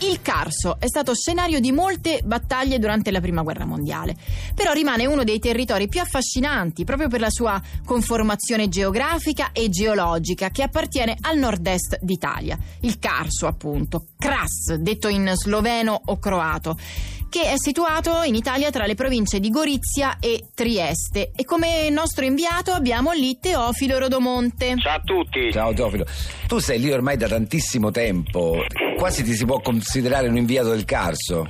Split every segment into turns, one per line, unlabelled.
Il Carso è stato scenario di molte battaglie durante la Prima Guerra Mondiale, però rimane uno dei territori più affascinanti proprio per la sua conformazione geografica e geologica che appartiene al nord-est d'Italia. Il Carso, appunto, Kras, detto in sloveno o croato che è situato in Italia tra le province di Gorizia e Trieste e come nostro inviato abbiamo lì Teofilo Rodomonte.
Ciao a tutti.
Ciao Teofilo, tu sei lì ormai da tantissimo tempo, quasi ti si può considerare un inviato del Carso.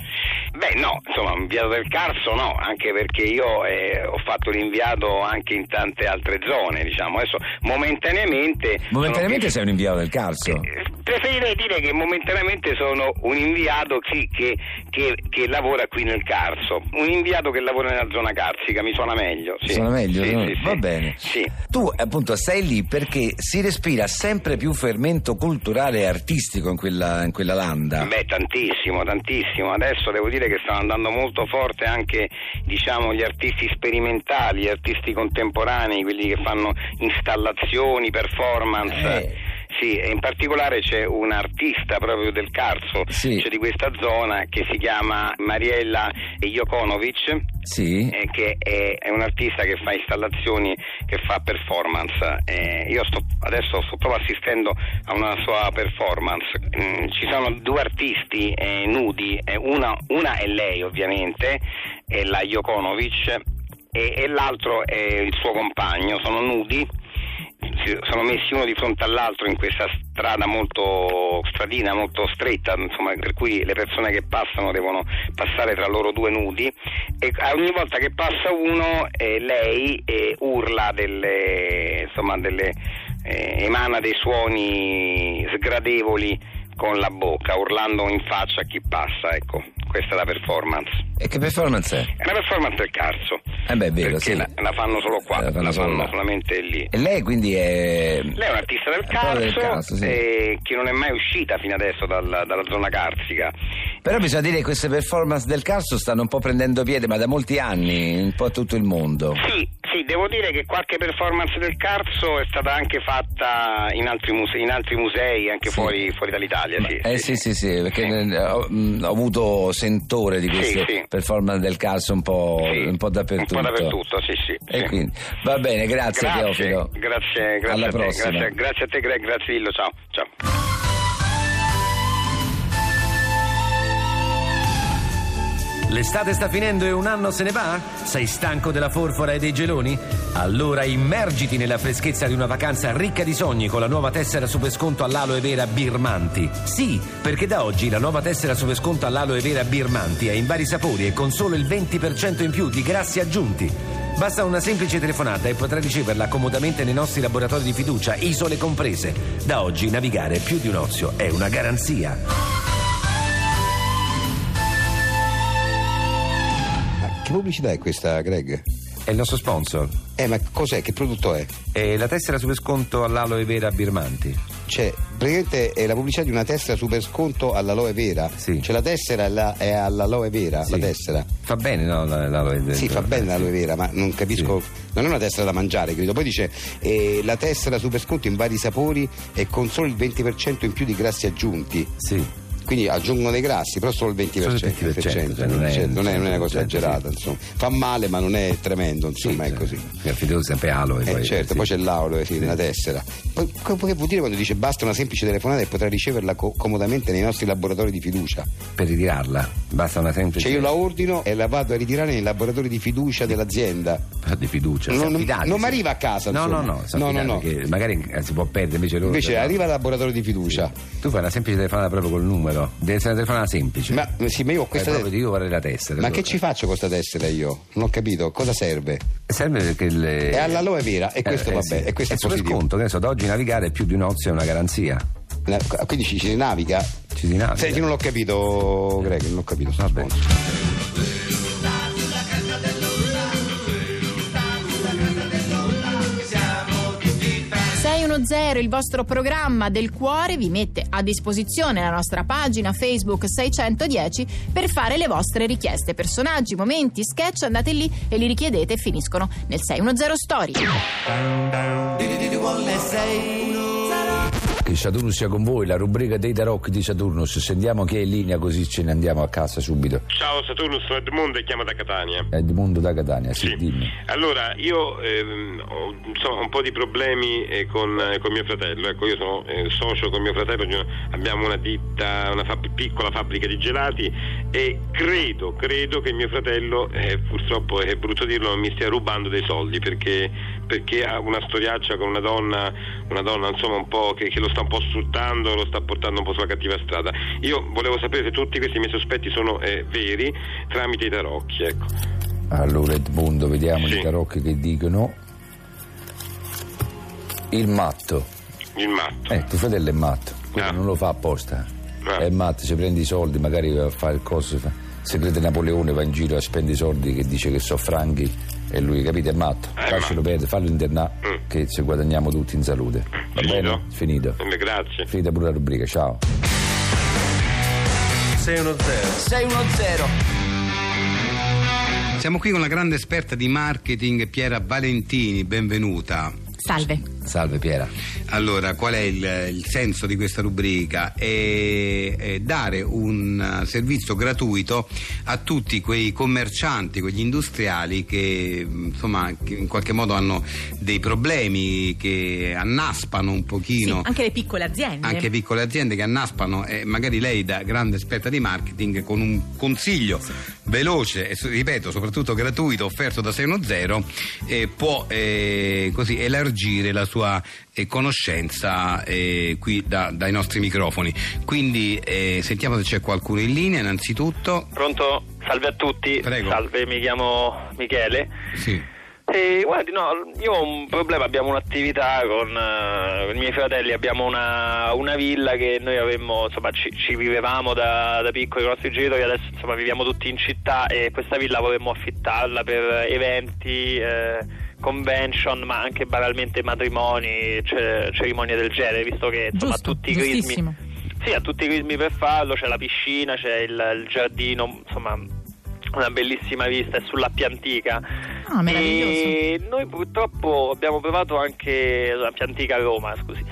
Beh no, insomma, inviato del Carso no, anche perché io eh, ho fatto l'inviato anche in tante altre zone, diciamo. Adesso momentaneamente...
Momentaneamente sei un inviato del Carso.
Eh, Preferirei dire che momentaneamente sono un inviato sì, che, che- che lavora qui nel Carso, un inviato che lavora nella zona carsica, mi suona meglio. sì.
Sono meglio,
Sì,
no?
sì, sì.
va bene.
Sì.
Tu appunto sei lì perché si respira sempre più fermento culturale e artistico in quella, in quella landa.
Beh, tantissimo, tantissimo. Adesso devo dire che stanno andando molto forte anche diciamo, gli artisti sperimentali, gli artisti contemporanei, quelli che fanno installazioni, performance.
Eh.
Sì, e in particolare c'è un artista proprio del Carso,
Sì.
cioè di questa zona, che si chiama Mariella Jokonovic,
Sì.
eh, che è, è un artista che fa installazioni, che fa performance. Eh, io sto, adesso sto proprio assistendo a una sua performance. Mm, ci sono due artisti eh, nudi, eh, una, una è lei ovviamente, è la Jokonovic, e, e l'altro è il suo compagno, sono nudi. si- Sono messi uno di fronte all'altro in questa strada molto stradina, molto stretta, insomma, per cui le persone che passano devono passare tra loro due nudi e a ogni volta che passa uno eh, lei eh, urla delle insomma delle eh, emana dei suoni sgradevoli con la bocca urlando in faccia a chi passa ecco questa è la performance
E che performance è?
è una performance del carso
Eh beh, è vero,
perché
sì. Eh,
la, la fanno solo qua
La
la
fanno
fanno,
solo là.
solamente lì
E lei quindi è...
lei è un'artista del
è proprio
carso,
del Carso, sì.
eh, che non è mai uscita fino adesso dalla- dalla zona carsica
Però bisogna dire che queste performance del Carso stanno un po' prendendo piede, ma da molti anni, un po' a tutto il mondo.
Sì, sì, devo dire che qualche performance del Carso è stata anche fatta in altri musei, in altri musei anche
Sì.
fuori, fuori dall'Italia.
Ma-
sì,
eh sì, sì, sì, perché eh, ho, mh, ho avuto sentore di
Sì,
queste
sì.
performance del Carso un po',
Sì,
un po' dappertutto.
Un po' dappertutto, sì, sì.
E
sì.
quindi, va bene, grazie,
grazie,
Teofilo.
Grazie, grazie
Alla
a te,
prossima.
grazie, grazie a te Greg, grazie Illo, ciao, ciao.
L'estate sta finendo e un anno se ne va? Sei stanco della forfora e dei geloni? Allora immergiti nella freschezza di una vacanza ricca di sogni con la nuova tessera super sconto all'aloe vera Birmanti. Sì, perché da oggi la nuova tessera super sconto all'aloe vera Birmanti è in vari sapori e con solo il 20% in più di grassi aggiunti. Basta una semplice telefonata e potrai riceverla comodamente nei nostri laboratori di fiducia, isole comprese. Da oggi navigare più di un ozio è una garanzia.
Ma Ah, che pubblicità è questa, Greg?
È il nostro sponsor.
Eh, ma cos'è? Che prodotto è?
E la tessera super sconto all'aloe vera Birmanti.
Cioè, praticamente è la pubblicità di una tessera super sconto all'aloe vera.
Sì.
Cioè, la tessera è, alla- è all'aloe vera, la
Sì. eh,
tessera.
Fa bene, no? la- L'aloe vera.
Sì, fa bene l'aloe vera, ma non capisco. Non è una tessera da mangiare, credo. Poi dice eh, la tessera super sconto in vari sapori e con solo il 20% in più di grassi aggiunti.
Sì.
Quindi aggiungono dei grassi, però solo il 20%.
Solo il 20%,
cioè,
non è-
cioè, non, è, non è una cosa
100%, sì.
esagerata, insomma. Fa male, ma non è tremendo, insomma, è così.
Mi affido sempre aloe.
Eh
poi,
certo,
sì.
poi c'è l'auro, sì, nella tessera. Poi, co- che vuol dire quando dice basta una semplice telefonata e potrai riceverla co- comodamente nei nostri laboratori di fiducia?
Per ritirarla basta una semplice.
Cioè io la ordino e la vado a ritirare nei laboratori di fiducia dell'azienda.
Di fiducia.
Non-
si affidati,
non
sì.
arriva a casa,
No,
insomma.
no, no. si
No,
affidati,
no, no.
Perché magari eh, si può perdere, invece loro.
Invece
no.
arriva al laboratorio di fiducia.
Tu fai una semplice telefonata proprio col numero. Deve essere una telefonata semplice.
Ma sì, ma io ho
Fai
questa
proprio
tessera.
di io vorrei la tessera.
Ma
allora.
che ci faccio con questa tessera io? Non ho capito, cosa serve?
Serve perché le...
È all'aloe vera e
Eh,
questo
eh,
va
sì.
bene, e questo è
super
positivo.
sconto, che ne so, da oggi navigare è più di un ozio è una garanzia.
La- Quindi ci si naviga?
Ci si naviga.
Senti, non l'ho capito, Greg, non l'ho capito. sto
Vabbè.
sponsor.
Il 610, il vostro programma del cuore, vi mette a disposizione la nostra pagina Facebook 610 per fare le vostre richieste, personaggi, momenti, sketch, andate lì e li richiedete e finiscono nel 610 Story.
Che Saturno sia con voi, la rubrica dei tarocchi di Saturno. Se sentiamo chi è in linea così ce ne andiamo a casa subito.
Ciao Saturno, sono Edmondo e chiamo da Catania.
Edmondo da Catania, sì, dimmi.
Allora, io ehm, ho insomma, un po' di problemi eh, con, eh, con mio fratello. Ecco, io sono eh, socio con mio fratello, di una- abbiamo una ditta, una fab- piccola fabbrica di gelati e credo, credo che mio fratello, eh, purtroppo è brutto dirlo, mi stia rubando dei soldi perché, perché ha una storiaccia con una donna, una donna insomma un po' che, che lo sta un po' sfruttando, lo sta portando un po' sulla cattiva strada. Io volevo sapere se tutti questi miei sospetti sono eh, veri tramite i tarocchi, ecco.
Allora Edmondo, vediamo
Sì.
i tarocchi che dicono. Il matto.
Il matto.
Eh, tuo fratello è matto, quello
Ah.
non lo fa apposta.
Ah.
È matto, se prende i soldi, magari va a fare il coso. fa- Se crede Napoleone va in giro a spendere i soldi che dice che sono franchi e lui, capite, è matto.
Eh,
Lascialo
ma-
perdere, fallo internare
Mm.
che ci guadagniamo tutti in salute. Va
Finito?
bene? Finito.
Eh, Grazie.
Finita pure la rubrica, ciao.
610.
610
Siamo qui con la grande esperta di marketing Piera Valentini, benvenuta.
Salve.
Salve Piera.
Allora, qual è il, il senso di questa rubrica? È, è dare un eh, servizio gratuito a tutti quei commercianti, quegli industriali che mh, insomma che in qualche modo hanno dei problemi, che annaspano un
Sì,
pochino.
anche le piccole aziende.
anche piccole aziende che annaspano e magari lei da grande esperta di marketing con un consiglio veloce e so- ripeto soprattutto gratuito offerto da 610 eh, può eh, così elargire la sua eh, conoscenza eh, qui da- dai nostri microfoni quindi eh, sentiamo se c'è qualcuno in linea innanzitutto
Pronto? Salve a tutti,
Prego.
salve, mi chiamo Michele.
sì
E guardi, no, io ho un problema, abbiamo un'attività con, eh, con i miei fratelli, abbiamo una, una villa che noi avemmo, insomma ci, ci vivevamo da, da piccoli con i nostri genitori, adesso insomma viviamo tutti in città e questa villa vorremmo affittarla per eventi, eh, convention, ma anche banalmente matrimoni, ce- cerimonie del genere, visto che insomma
Giusto,
tutti i crismi...
giustissimo.
Sì, ha tutti i ritmi per farlo, c'è la piscina, c'è il, il giardino, insomma una bellissima vista, è sulla piantica.
Ah, meraviglioso.
E noi purtroppo abbiamo provato anche la piantica Roma, scusi.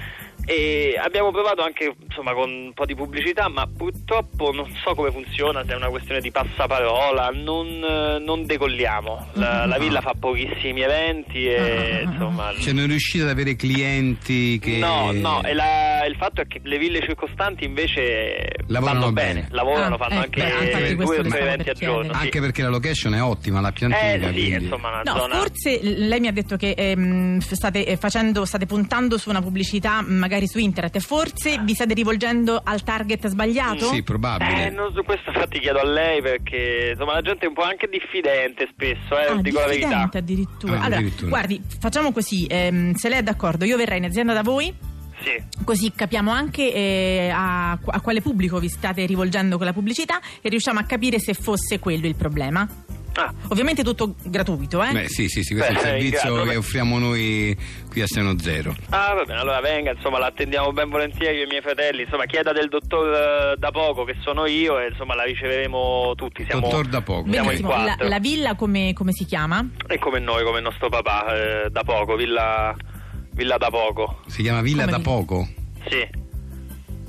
E abbiamo provato anche insomma con un po' di pubblicità, ma purtroppo non so come funziona, se è una questione di passaparola, non, eh, non decolliamo. La,
Ah.
la villa fa pochissimi eventi e insomma.
cioè non riuscite ad avere clienti che
No, no, e la- il fatto è che le ville circostanti invece
Lavorano
vanno
bene.
bene, lavorano,
Ah,
fanno
eh,
anche
beh,
due
infatti
o
questo diciamo le
tre
stavo
eventi a
per chiedere.
giorno. sì.
anche perché la location è ottima la
eh
piantina
sì,
quindi.
insomma, una
No,
zona...
forse lei mi ha detto che ehm, f- state, eh, facendo, state puntando su una pubblicità mh, magari su internet, forse vi state rivolgendo al target sbagliato?
sì probabile
Eh, non so, questo infatti chiedo a lei perché insomma la gente è un po' anche diffidente spesso, eh,
Ah,
dico la verità.
diffidente addirittura.
Ah,
allora,
addirittura.
guardi, facciamo così, ehm, se lei è d'accordo, io verrei in azienda da voi,
Sì.
così capiamo anche eh, a, a quale pubblico vi state rivolgendo con la pubblicità e riusciamo a capire se fosse quello il problema.
Ah,
Ovviamente tutto gratuito, eh?
Beh, sì, sì, sì, questo
Beh,
è il servizio
grazie.
che offriamo noi qui a Seno Zero.
ah, va bene, allora venga, insomma la attendiamo ben volentieri io e i miei fratelli, insomma chieda del dottor eh, da poco che sono io e insomma la riceveremo tutti, siamo,
Dottor da poco.
siamo in
Benissimo, la,
quattro.
la villa come, come si chiama?
E come noi, come il nostro papà, eh, da poco, Villa, Villa da poco.
Si chiama Villa
Come
da
vi-
poco?
Sì,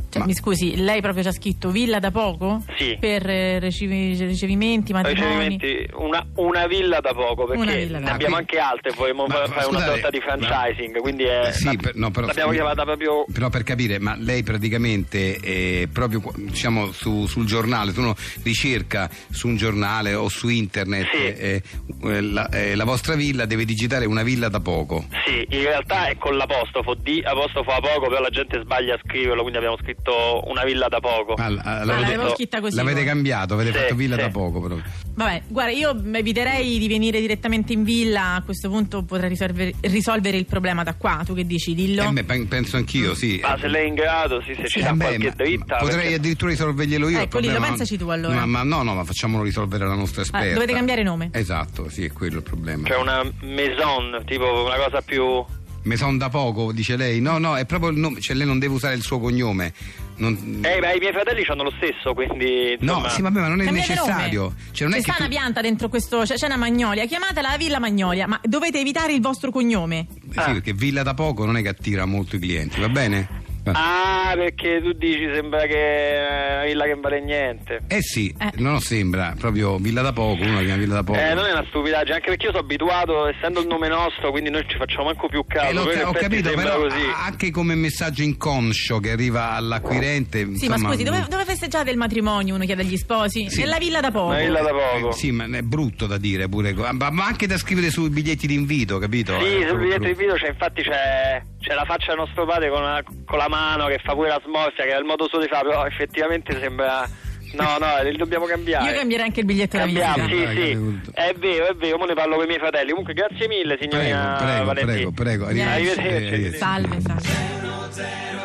Cioè,
Ma-
mi scusi, lei proprio ci ha scritto villa da poco?
Sì.
Per eh, ricevi- ricevimenti, matrimoni.
ricevimenti, una, una villa da poco,
Una
perché
villa da
ne
poco.
abbiamo
Ah,
anche altre, vorremmo
Ma-
fa-
ma
fare una
scusate,
sorta di
ma-
franchising, quindi è,
Sì,
la-
per- no, però-
l'abbiamo chiamata proprio...
Però per capire, ma lei praticamente, eh, proprio qua- diciamo su- sul giornale, se uno ricerca su un giornale o su internet
Sì.
eh, eh, la, eh, la vostra villa, deve digitare una villa da poco.
Sì, in realtà è con l'apostrofo, di apostrofo a poco, però la gente sbaglia a scriverlo, quindi abbiamo scritto una villa da poco.
Ah, l- ah,
Ah,
l'avete,
l'avevo scritta così.
l'avete
poi.
cambiato, avete
Sì,
fatto villa
sì.
da poco però.
Vabbè, guarda, io eviterei di venire direttamente in villa, a questo punto potrei risolver- risolvere il problema da qua, tu che dici, dillo?
Eh, beh, pen- penso anch'io, sì.
Ma se lei è in grado, sì, se ci
Eh,
dà
beh,
qualche
ma-
dritta...
potrei
perché-
addirittura risolverglielo io. il
Ecco, Lillo,
problema.
pensaci tu, allora. Ah,
Ma, ma no, no, ma facciamolo risolvere alla nostra esperta.
dovete cambiare nome.
Esatto, sì, è quello il problema.
Cioè una maison, tipo una cosa più...
Me son da poco, dice lei. No, no, è proprio il nome, cioè lei non deve usare il suo cognome. Non-
Eh, ma i miei fratelli hanno lo stesso, quindi...
Mm. no,
insomma-
sì, vabbè, ma non è
Cambiate
necessario.
nome.
Cioè, non è che
Ci sta
tu-
una pianta dentro questo, c'è, c'è una magnolia, chiamatela la Villa Magnolia, ma dovete evitare il vostro cognome.
Sì, perché Villa da poco non è che attira molto i clienti, va bene?
Ah, perché tu dici sembra che è una villa che non vale niente.
Eh sì,
Eh.
no, sembra proprio Villa da Poco, una che è una Villa da Poco.
Eh, non è una stupidaggine, anche perché io sono abituato, essendo il nome nostro, quindi noi ci facciamo anche più caso.
Eh, l'ho-
però in
ho
effetti
capito,
sembra
però
così.
a- anche come messaggio inconscio che arriva all'acquirente.
Sì, ma
insomma, mm.
scusi, dove, dove festeggiate il matrimonio? Uno chiede agli sposi.
Sì.
Nella villa da poco.
Una villa da poco.
Eh, sì, ma è brutto da dire pure, co- ma, ma anche da scrivere sui biglietti d'invito, capito?
Sì,
Eh,
sul
proprio
biglietto di
brutto.
video c'è, infatti c'è, c'è la faccia del nostro padre con, la- con la mano che fa pure la smorfia, che è il modo suo di fare, però effettivamente sembra... No, no, li dobbiamo cambiare.
Io cambierei anche il biglietto da visita.
Cambiamo, sì,
Cambiare, cambiare
sì.
tutto.
È vero, è vero, ora ne parlo con i miei fratelli. Comunque grazie mille, signorina
Prego, prego,
Valentini.
prego, prego,
Niente.
arrivederci. Eh,
Arrivederci.
arrivederci.
Salve, salve.